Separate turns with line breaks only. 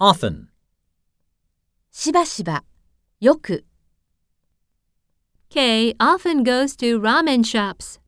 often,
しばしば、よく。
Kay often goes to ramen shops.